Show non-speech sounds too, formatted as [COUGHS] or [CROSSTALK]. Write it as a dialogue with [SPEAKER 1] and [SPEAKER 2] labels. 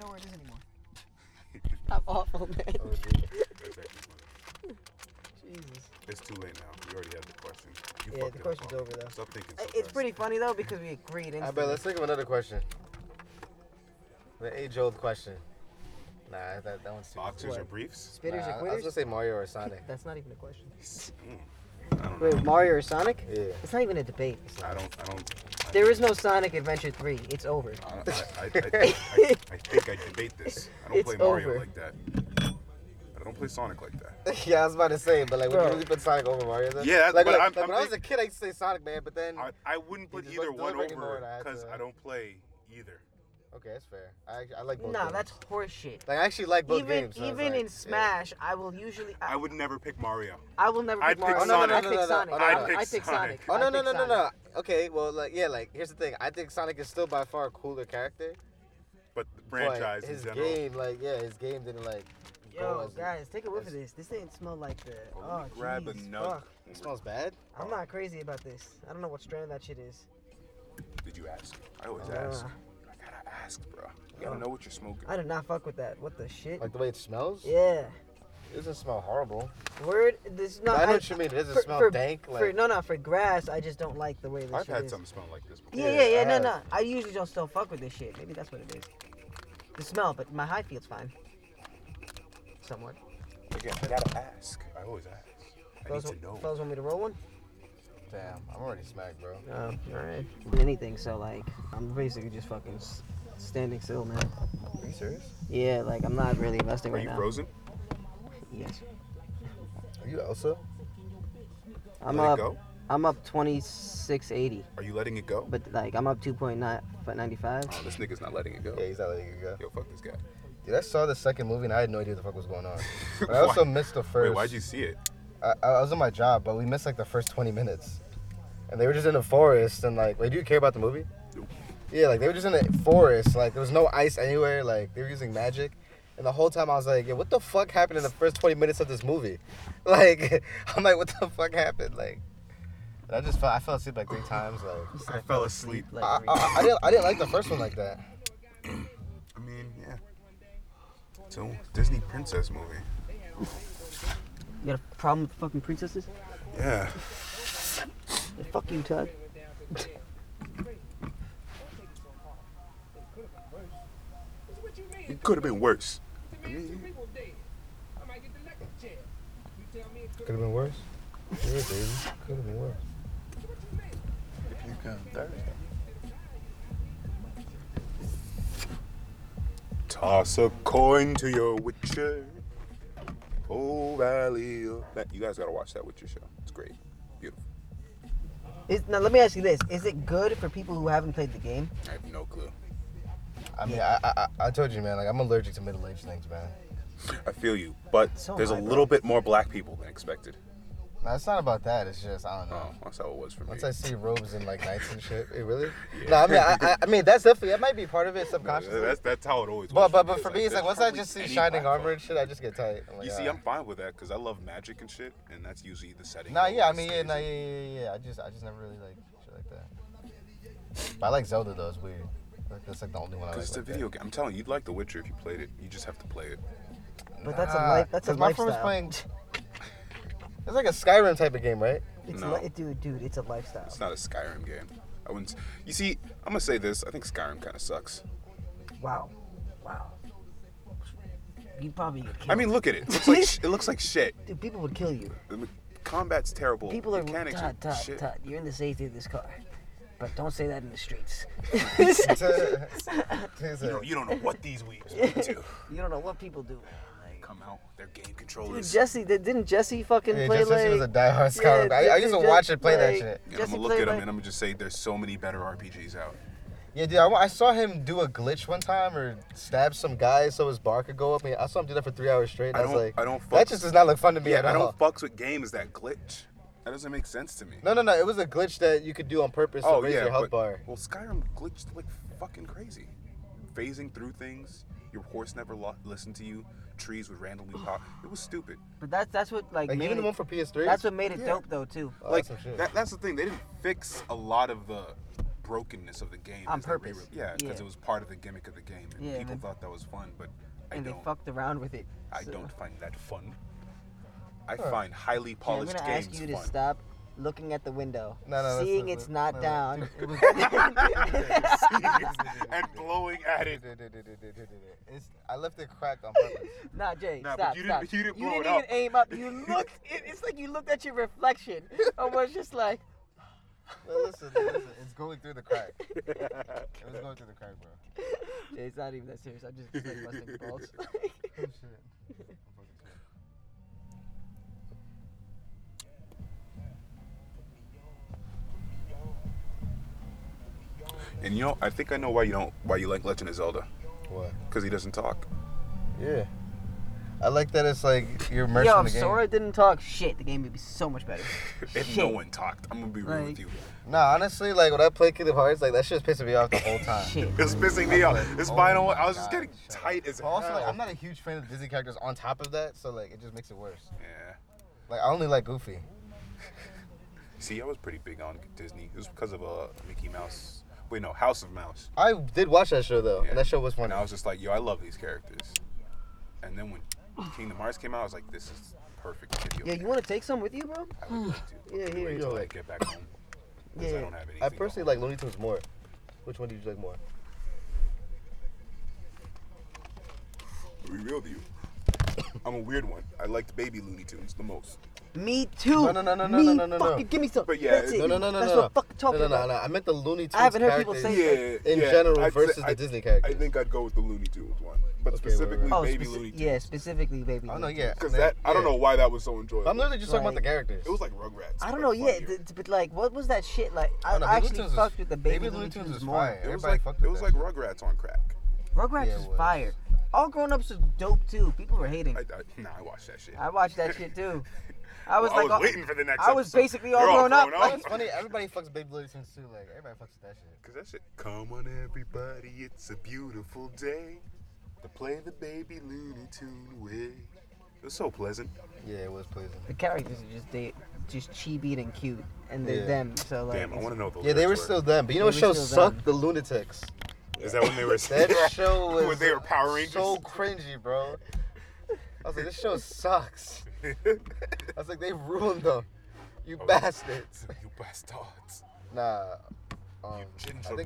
[SPEAKER 1] [LAUGHS] awful, man.
[SPEAKER 2] Oh, dude.
[SPEAKER 1] Jesus.
[SPEAKER 2] It's too late now. We already had the question. You
[SPEAKER 3] Yeah,
[SPEAKER 2] fucked it
[SPEAKER 3] the
[SPEAKER 2] up,
[SPEAKER 3] question's
[SPEAKER 2] Bob.
[SPEAKER 3] over, though.
[SPEAKER 2] Stop thinking.
[SPEAKER 1] I-
[SPEAKER 2] so
[SPEAKER 1] It's
[SPEAKER 2] fast.
[SPEAKER 1] pretty funny though because we agreed.
[SPEAKER 3] I
[SPEAKER 1] Instantly.
[SPEAKER 3] bet. Ah, let's think of another question. The age-old question. Nah, that, that one's too.
[SPEAKER 2] Boxers
[SPEAKER 3] easy.
[SPEAKER 2] or briefs?
[SPEAKER 3] Nah,
[SPEAKER 1] Spitters or
[SPEAKER 3] I, I was gonna
[SPEAKER 1] quitters?
[SPEAKER 3] say Mario
[SPEAKER 1] [LAUGHS]
[SPEAKER 3] or Sonic.
[SPEAKER 1] That's not even a question.
[SPEAKER 2] Mm. I don't know.
[SPEAKER 1] Wait, Mario or Sonic?
[SPEAKER 3] Yeah. [LAUGHS]
[SPEAKER 1] It's not even a debate.
[SPEAKER 2] I don't. I don't. I
[SPEAKER 1] There is no Sonic Adventure 3. It's over.
[SPEAKER 2] I, I, I, I, I, I think I debate this. I don't
[SPEAKER 1] It's
[SPEAKER 2] play Mario
[SPEAKER 1] over.
[SPEAKER 2] like that. I don't play Sonic like
[SPEAKER 1] [LAUGHS]
[SPEAKER 2] that.
[SPEAKER 3] yeah, I was about to say, but like, would you
[SPEAKER 1] Bro.
[SPEAKER 3] really put Sonic over Mario? Then?
[SPEAKER 2] Yeah, that's-
[SPEAKER 3] like,
[SPEAKER 2] but
[SPEAKER 3] like,
[SPEAKER 2] I'm-
[SPEAKER 3] like,
[SPEAKER 2] I'm
[SPEAKER 3] when I was a kid, I used to say Sonic, man. But then,
[SPEAKER 2] I, I wouldn't put
[SPEAKER 3] just
[SPEAKER 2] either
[SPEAKER 3] looked
[SPEAKER 2] one
[SPEAKER 3] delivering more and I
[SPEAKER 2] over
[SPEAKER 3] had
[SPEAKER 2] because
[SPEAKER 3] to-
[SPEAKER 2] I don't play either.
[SPEAKER 3] okay, that's fair. I, act- I like both.
[SPEAKER 1] Nah,
[SPEAKER 3] games.
[SPEAKER 1] that's horseshit.
[SPEAKER 3] like I actually like both
[SPEAKER 1] Even
[SPEAKER 3] games. so I was
[SPEAKER 1] even
[SPEAKER 3] like,
[SPEAKER 1] in
[SPEAKER 3] yeah.
[SPEAKER 1] Smash, I will usually I,
[SPEAKER 2] I would never pick Mario.
[SPEAKER 1] I will never
[SPEAKER 2] I'd
[SPEAKER 1] pick
[SPEAKER 2] pick
[SPEAKER 1] Mario.
[SPEAKER 2] Oh, no, no, Sonic.
[SPEAKER 1] I
[SPEAKER 2] no, no,
[SPEAKER 1] pick
[SPEAKER 3] no, no,
[SPEAKER 1] Sonic.
[SPEAKER 3] no,
[SPEAKER 1] I,
[SPEAKER 3] no.
[SPEAKER 1] I
[SPEAKER 2] I'd
[SPEAKER 1] pick
[SPEAKER 2] pick
[SPEAKER 1] Sonic.
[SPEAKER 2] Sonic.
[SPEAKER 3] Oh
[SPEAKER 1] I
[SPEAKER 3] no
[SPEAKER 1] pick
[SPEAKER 3] no no no
[SPEAKER 1] Sonic.
[SPEAKER 3] no. Okay, well like yeah, like here's the thing. I think Sonic is still by far a cooler character.
[SPEAKER 2] But the
[SPEAKER 3] but
[SPEAKER 2] franchise in
[SPEAKER 3] his
[SPEAKER 2] general.
[SPEAKER 3] game, like yeah, his game didn't like. go
[SPEAKER 1] Yo,
[SPEAKER 3] as-
[SPEAKER 1] guys, take a whiff of this. This didn't smell like the.
[SPEAKER 2] Oh, let
[SPEAKER 1] Oh,
[SPEAKER 2] me grab a
[SPEAKER 1] jeez,
[SPEAKER 2] nug.
[SPEAKER 1] fuck.
[SPEAKER 3] It smells bad.
[SPEAKER 1] I'm not crazy about this. I don't know what strand that shit is.
[SPEAKER 2] Did you ask? I always
[SPEAKER 1] Uh,
[SPEAKER 2] ask. I gotta ask, bro. You
[SPEAKER 3] Uh.
[SPEAKER 2] gotta know what you're smoking.
[SPEAKER 1] I did not fuck with that. What the shit?
[SPEAKER 3] Like the way it smells.
[SPEAKER 1] Yeah.
[SPEAKER 3] It doesn't smell horrible.
[SPEAKER 1] Word. This is
[SPEAKER 3] No,
[SPEAKER 1] not.
[SPEAKER 3] I know what you mean. It doesn't smell dank. Like
[SPEAKER 1] for, no, no. For grass, I just don't like the way this
[SPEAKER 2] I've
[SPEAKER 1] shit
[SPEAKER 2] had
[SPEAKER 1] is.
[SPEAKER 2] something smell like this before.
[SPEAKER 1] Yeah,
[SPEAKER 3] Yeah,
[SPEAKER 1] yeah, yeah.
[SPEAKER 3] I
[SPEAKER 1] No,
[SPEAKER 3] have.
[SPEAKER 1] no. I usually just don't fuck with this shit. Maybe that's what it is. The smell, but my high feels fine. Somewhat.
[SPEAKER 2] Again, I gotta ask. I always ask. I need
[SPEAKER 1] Fellas,
[SPEAKER 2] to know.
[SPEAKER 1] fellas want me to roll one?
[SPEAKER 3] damn, I'm already smacked, bro.
[SPEAKER 1] Uh, all right. Anything. So like, I'm basically just fucking s- standing still, man.
[SPEAKER 3] Are you serious?
[SPEAKER 1] Yeah, like I'm not really investing
[SPEAKER 2] Are
[SPEAKER 1] right
[SPEAKER 2] you
[SPEAKER 1] now.
[SPEAKER 2] frozen?
[SPEAKER 1] Yes.
[SPEAKER 3] Are you Elsa?
[SPEAKER 1] I'm
[SPEAKER 2] Let it
[SPEAKER 1] up.
[SPEAKER 2] go?
[SPEAKER 1] I'm up 2680,
[SPEAKER 2] Are you letting it go?
[SPEAKER 1] but like I'm up 2.9, but 95.
[SPEAKER 2] Oh, this nigga's not letting it go.
[SPEAKER 3] Yeah, he's not letting you go.
[SPEAKER 2] Yo, fuck this guy.
[SPEAKER 3] Dude, I saw the second movie and I had no idea what the fuck was
[SPEAKER 2] [LAUGHS]
[SPEAKER 3] going on. But I also
[SPEAKER 2] Why?
[SPEAKER 3] missed the first.
[SPEAKER 2] Wait, why'd you see it?
[SPEAKER 3] I, I was on my job, but we missed like the first 20 minutes. And they were just in the forest and like, wait, do you care about the movie?
[SPEAKER 2] Nope.
[SPEAKER 3] Yeah, like they were just in the forest. Like there was no ice anywhere. Like they were using magic. And the whole time I was like, yeah, what the fuck happened in the first 20 minutes of this movie? [LAUGHS] Like, [LAUGHS] I'm like, what the fuck happened? Like, and I just fell, I fell asleep like three times. Like,
[SPEAKER 2] I fell asleep.
[SPEAKER 1] Like,
[SPEAKER 3] I,
[SPEAKER 1] re-
[SPEAKER 3] I, I didn't, I didn't like the first one like that.
[SPEAKER 2] I mean, yeah. So, Disney princess movie.
[SPEAKER 1] you got a problem with fucking princesses?
[SPEAKER 2] Yeah.
[SPEAKER 1] Yeah, Fuck you, Todd.
[SPEAKER 4] What you mean?
[SPEAKER 2] It could have been worse.
[SPEAKER 4] To me, two people dead. I might get the next chair. You tell me it could
[SPEAKER 3] Could have been worse. Yeah, dude. Could have been worse.
[SPEAKER 4] What you mean?
[SPEAKER 2] If you come Thursday. Toss a coin to your Witcher. Oh, Valley. of- That, you guys gotta watch that Witcher show. It's great. Beautiful.
[SPEAKER 1] Is, now let me ask you this: Is it good for people who haven't played the game?
[SPEAKER 2] I have no clue.
[SPEAKER 3] I mean, I, I I- I told you, man. Like I'm allergic to middle aged things, man.
[SPEAKER 2] I feel you, but
[SPEAKER 1] So
[SPEAKER 2] there's a
[SPEAKER 1] am I, bro.
[SPEAKER 2] little bit more black people than expected.
[SPEAKER 3] Nah, it's not about that. It's just I don't know.
[SPEAKER 2] Oh, that's how it was for me.
[SPEAKER 3] Once I see robes and like knights and shit, wait, really? No, I mean, I, I, I mean that's definitely that might be part of it subconsciously.
[SPEAKER 2] that's, that's how it always
[SPEAKER 3] but
[SPEAKER 2] was.
[SPEAKER 3] but but for me, it's
[SPEAKER 2] there's
[SPEAKER 3] like once I
[SPEAKER 2] hardly
[SPEAKER 3] just see
[SPEAKER 2] any
[SPEAKER 3] shining
[SPEAKER 2] black
[SPEAKER 3] armor and
[SPEAKER 2] folk.
[SPEAKER 3] shit, I just get tight. I'm like,
[SPEAKER 2] You see,
[SPEAKER 3] ah.
[SPEAKER 2] I'm fine with that because I love magic and shit, and that's usually the setting.
[SPEAKER 3] Nah,
[SPEAKER 2] of
[SPEAKER 3] yeah, I
[SPEAKER 2] the
[SPEAKER 3] mean, yeah,
[SPEAKER 2] stage.
[SPEAKER 3] nah, yeah, yeah, yeah, yeah. I just I just never really like shit like that. But I like Zelda though. It's weird. Like that's like the only one I like.
[SPEAKER 2] Because it's a
[SPEAKER 3] like that.
[SPEAKER 2] video game. I'm telling you, you'd like The Witcher if you played it. You just have to play it.
[SPEAKER 1] But that's a
[SPEAKER 3] Nah,
[SPEAKER 1] life. That's a
[SPEAKER 3] Uh, 'cause my friend
[SPEAKER 1] lifestyle.
[SPEAKER 3] was playing. It's like a Skyrim type of game, right?
[SPEAKER 1] [LAUGHS] It's
[SPEAKER 2] No.
[SPEAKER 1] li- dude, dude, it's a lifestyle.
[SPEAKER 2] It's not a Skyrim game. I wouldn't. s- You see, I'm gonna say this. I think Skyrim kind of sucks.
[SPEAKER 1] Wow, wow. You probably get killed.
[SPEAKER 2] I mean, look at it. It looks like sh- it looks like shit.
[SPEAKER 1] dude, people would kill you.
[SPEAKER 2] The me- combat's terrible.
[SPEAKER 1] People are Todd,
[SPEAKER 2] mechanics are
[SPEAKER 1] Todd,
[SPEAKER 2] shit.
[SPEAKER 1] Todd. You're in the safety of this car, but don't say that in the streets.
[SPEAKER 3] It's a- it's
[SPEAKER 2] You
[SPEAKER 3] a-
[SPEAKER 2] know, you don't know what these weebs are up
[SPEAKER 3] [LAUGHS]
[SPEAKER 2] to.
[SPEAKER 1] you don't know what people do. Like,
[SPEAKER 2] Come out, they're game
[SPEAKER 1] dude,
[SPEAKER 2] controllers.
[SPEAKER 1] Jesse, did- didn't Jesse fucking
[SPEAKER 3] Yeah,
[SPEAKER 1] play
[SPEAKER 3] Jesse
[SPEAKER 1] like?
[SPEAKER 3] was a diehard Skyrim. guy. I, I used to
[SPEAKER 1] Jesse
[SPEAKER 3] watch
[SPEAKER 1] just
[SPEAKER 3] it play that
[SPEAKER 1] played-
[SPEAKER 3] shit.
[SPEAKER 2] and I'm
[SPEAKER 1] Jesse
[SPEAKER 2] gonna look
[SPEAKER 1] played
[SPEAKER 2] at them
[SPEAKER 1] like-
[SPEAKER 2] and I'm gonna just say there's so many better RPGs out.
[SPEAKER 3] Yeah, dude, I, wa- I saw him do a glitch one time or stab some guy so his bar could go up. And I saw him do that for three hours straight. And
[SPEAKER 2] I
[SPEAKER 3] I, was
[SPEAKER 2] don't-
[SPEAKER 3] like,
[SPEAKER 2] I don't fuck-
[SPEAKER 3] that just does not look fun to me
[SPEAKER 2] Yeah,
[SPEAKER 3] at
[SPEAKER 2] I
[SPEAKER 3] all.
[SPEAKER 2] don't fucks with games that glitch. That doesn't make sense to me.
[SPEAKER 3] no, no, no. It was a glitch that you could do on purpose to raise your health
[SPEAKER 2] Oh, but-
[SPEAKER 3] bar.
[SPEAKER 2] Well, Skyrim glitched like fucking crazy. Phasing through things, your horse never lo- listened to you. Trees would
[SPEAKER 3] [SIGHS]
[SPEAKER 2] randomly pop. It was stupid.
[SPEAKER 3] Oh,
[SPEAKER 1] But that's that's what like,
[SPEAKER 3] Like
[SPEAKER 1] made
[SPEAKER 3] even the
[SPEAKER 1] it-
[SPEAKER 3] one for PS3.
[SPEAKER 1] That's what made it
[SPEAKER 2] Yeah.
[SPEAKER 1] dope though too.
[SPEAKER 3] Oh,
[SPEAKER 2] like
[SPEAKER 3] that's some shit.
[SPEAKER 2] that, that's the thing. They didn't fix a lot of the brokenness of the game
[SPEAKER 1] On
[SPEAKER 2] as they
[SPEAKER 1] purpose.
[SPEAKER 2] re- yeah, because
[SPEAKER 1] Yeah.
[SPEAKER 2] it was part of the gimmick of the game, and
[SPEAKER 1] Yeah,
[SPEAKER 2] people
[SPEAKER 1] they-
[SPEAKER 2] thought that was fun, but I
[SPEAKER 1] and they
[SPEAKER 2] don't.
[SPEAKER 1] fucked around with it.
[SPEAKER 2] I
[SPEAKER 1] so-
[SPEAKER 2] don't find that fun. I find highly
[SPEAKER 1] Okay, I'm
[SPEAKER 2] polished
[SPEAKER 1] gonna
[SPEAKER 2] games
[SPEAKER 1] ask you to
[SPEAKER 2] fun.
[SPEAKER 1] stop looking at the window,
[SPEAKER 3] No, no, that's
[SPEAKER 1] seeing
[SPEAKER 3] not-
[SPEAKER 1] it's not
[SPEAKER 3] no, no. [LAUGHS]
[SPEAKER 1] down.
[SPEAKER 2] [LAUGHS] and blowing at
[SPEAKER 1] [LAUGHS]
[SPEAKER 2] it.
[SPEAKER 3] [LAUGHS] It's, I left it cracked on purpose.
[SPEAKER 1] nah, Jay,
[SPEAKER 2] Nah, but
[SPEAKER 1] stop,
[SPEAKER 2] you didn't-
[SPEAKER 1] stop.
[SPEAKER 2] you didn't blow it
[SPEAKER 1] even
[SPEAKER 2] up.
[SPEAKER 1] aim up.
[SPEAKER 2] [LAUGHS]
[SPEAKER 1] You looked. It, it's like you looked at your reflection.
[SPEAKER 3] [LAUGHS]
[SPEAKER 1] I was just like,
[SPEAKER 3] No, listen, listen, it's going through the crack. It was going through the crack, bro.
[SPEAKER 1] Jay, it's not even that serious. I'm just like busting [LAUGHS]
[SPEAKER 3] [LAUGHS]
[SPEAKER 1] balls.
[SPEAKER 3] Oh, shit. I'm fucking shit.
[SPEAKER 2] And you know, I think I know why you don't, why you like Legend of Zelda,
[SPEAKER 3] What?
[SPEAKER 2] because he doesn't talk. [LAUGHS]
[SPEAKER 3] Yeah. I like that it's like you're immersed
[SPEAKER 1] Yo,
[SPEAKER 3] in
[SPEAKER 1] if
[SPEAKER 3] the game.
[SPEAKER 1] Sora didn't talk, shit, the game would be so much better. [LAUGHS]
[SPEAKER 2] If no
[SPEAKER 1] Shit.
[SPEAKER 2] one talked, I'm gonna be real
[SPEAKER 1] Like-
[SPEAKER 2] with you.
[SPEAKER 3] Nah, honestly, like when I play Kingdom Hearts, like that shit's pissing me off
[SPEAKER 1] [LAUGHS]
[SPEAKER 3] the whole time.
[SPEAKER 1] Shit.
[SPEAKER 3] [LAUGHS]
[SPEAKER 2] It's pissing me off. It's
[SPEAKER 3] Oh
[SPEAKER 2] final.
[SPEAKER 3] my
[SPEAKER 2] I was just
[SPEAKER 3] God,
[SPEAKER 2] getting
[SPEAKER 3] shut up.
[SPEAKER 2] tight as
[SPEAKER 3] But
[SPEAKER 2] hell.
[SPEAKER 3] also, like, I'm not a huge fan of Disney characters. On top of that, so like it just makes it worse.
[SPEAKER 2] yeah.
[SPEAKER 3] Like I only like Goofy.
[SPEAKER 2] See, I was pretty big on Disney. It was because of uh, Mickey Mouse. Wait, no, House of Mouse.
[SPEAKER 3] I did watch that show though,
[SPEAKER 2] Yeah.
[SPEAKER 3] and that show was funny.
[SPEAKER 2] And I was just like, yo, I love these characters. And then when Kingdom Hearts came out, I was like, this is perfect video.
[SPEAKER 1] Yeah, you want to take some with you, bro?
[SPEAKER 2] I would love to.
[SPEAKER 1] Yeah,
[SPEAKER 2] Yeah,
[SPEAKER 1] here
[SPEAKER 2] wait
[SPEAKER 1] you
[SPEAKER 2] till
[SPEAKER 3] go.
[SPEAKER 2] I get back home. 'cause I
[SPEAKER 1] Yeah.
[SPEAKER 2] don't have anything.
[SPEAKER 3] I
[SPEAKER 2] going
[SPEAKER 3] personally like Looney Tunes more. Which one did you like more?
[SPEAKER 2] on. To be real with you. [COUGHS] I'm a weird one. I liked Baby Looney Tunes the most.
[SPEAKER 1] Me too.
[SPEAKER 3] No, no, no, no, no,
[SPEAKER 1] Me
[SPEAKER 3] no, no, no.
[SPEAKER 1] fucking give me some.
[SPEAKER 2] But yeah,
[SPEAKER 1] That's
[SPEAKER 2] it-
[SPEAKER 1] it.
[SPEAKER 3] No, no, no, no,
[SPEAKER 1] That's
[SPEAKER 3] no.
[SPEAKER 1] what I'm fucking talking
[SPEAKER 3] no, no,
[SPEAKER 1] about.
[SPEAKER 3] no, no. I meant the Looney Tunes.
[SPEAKER 1] haven't heard people
[SPEAKER 3] characters
[SPEAKER 1] say that.
[SPEAKER 2] Yeah,
[SPEAKER 3] in
[SPEAKER 2] yeah,
[SPEAKER 3] general
[SPEAKER 2] I'd
[SPEAKER 3] versus
[SPEAKER 2] say-
[SPEAKER 3] the
[SPEAKER 2] I-
[SPEAKER 3] Disney
[SPEAKER 2] I
[SPEAKER 3] characters.
[SPEAKER 2] think I'd go with the Looney Tunes one, but
[SPEAKER 3] Okay, wait,
[SPEAKER 2] specifically
[SPEAKER 3] wait.
[SPEAKER 1] Oh,
[SPEAKER 2] Baby
[SPEAKER 1] speci-
[SPEAKER 2] Looney Tunes.
[SPEAKER 1] yeah, specifically baby.
[SPEAKER 3] I don't know.
[SPEAKER 1] Looney
[SPEAKER 3] Yeah,
[SPEAKER 1] Tunes.
[SPEAKER 2] Because that I don't
[SPEAKER 3] yeah.
[SPEAKER 2] know why that was so enjoyable.
[SPEAKER 3] I'm literally just talking about the
[SPEAKER 1] Like-
[SPEAKER 3] characters.
[SPEAKER 2] it was like Rugrats.
[SPEAKER 1] I don't
[SPEAKER 2] but
[SPEAKER 1] know. Yeah,
[SPEAKER 2] funnier.
[SPEAKER 1] th- but like, what was that shit like? I,
[SPEAKER 3] don't know,
[SPEAKER 1] I actually
[SPEAKER 3] Baby Looney Tunes was-
[SPEAKER 1] fucked with the baby, Looney Tunes,
[SPEAKER 3] was
[SPEAKER 1] more.
[SPEAKER 3] fire.
[SPEAKER 2] It was
[SPEAKER 3] Everybody
[SPEAKER 2] like
[SPEAKER 3] fucked
[SPEAKER 2] it
[SPEAKER 3] with
[SPEAKER 2] was
[SPEAKER 3] that
[SPEAKER 2] like Rugrats on crack.
[SPEAKER 1] Rugrats
[SPEAKER 3] Yeah, it
[SPEAKER 1] was
[SPEAKER 3] was.
[SPEAKER 1] fire. All grown ups was dope too. People were hating.
[SPEAKER 2] I,
[SPEAKER 1] I,
[SPEAKER 2] I, nah, I watched that shit.
[SPEAKER 1] watched that shit too. I was
[SPEAKER 2] Well,
[SPEAKER 1] like, all-
[SPEAKER 2] waiting for the next.
[SPEAKER 1] I was
[SPEAKER 2] episode.
[SPEAKER 1] basically all
[SPEAKER 2] They're
[SPEAKER 1] grown up, like-
[SPEAKER 3] [LAUGHS] It's funny. Everybody fucks Baby Looney Tunes too. Like everybody fucks with that shit.
[SPEAKER 2] Cause that shit. Come on, everybody, it's a beautiful day to play the baby Looney Tune way. It was so pleasant.
[SPEAKER 3] Yeah, it was pleasing.
[SPEAKER 1] the characters are just they just chibi and cute, and they're
[SPEAKER 3] Yeah.
[SPEAKER 1] them. So like,
[SPEAKER 2] Damn, I
[SPEAKER 1] it's-
[SPEAKER 2] want to know what those.
[SPEAKER 3] Yeah, they were
[SPEAKER 2] lyrics
[SPEAKER 3] still them. But you know what
[SPEAKER 1] They
[SPEAKER 3] show
[SPEAKER 1] were still them.
[SPEAKER 3] sucked? The Lunatics.
[SPEAKER 2] Is that when they were?
[SPEAKER 3] [LAUGHS]
[SPEAKER 2] [LAUGHS]
[SPEAKER 3] That show was
[SPEAKER 2] when they were Power Rangers.
[SPEAKER 3] so cringy, bro. I was like, this show sucks. I was like, they ruined them. You
[SPEAKER 2] Oh. [LAUGHS]
[SPEAKER 3] [LAUGHS] bastards.
[SPEAKER 2] you bastards.
[SPEAKER 3] Nah. Um,
[SPEAKER 2] You
[SPEAKER 3] I
[SPEAKER 2] ginger
[SPEAKER 3] think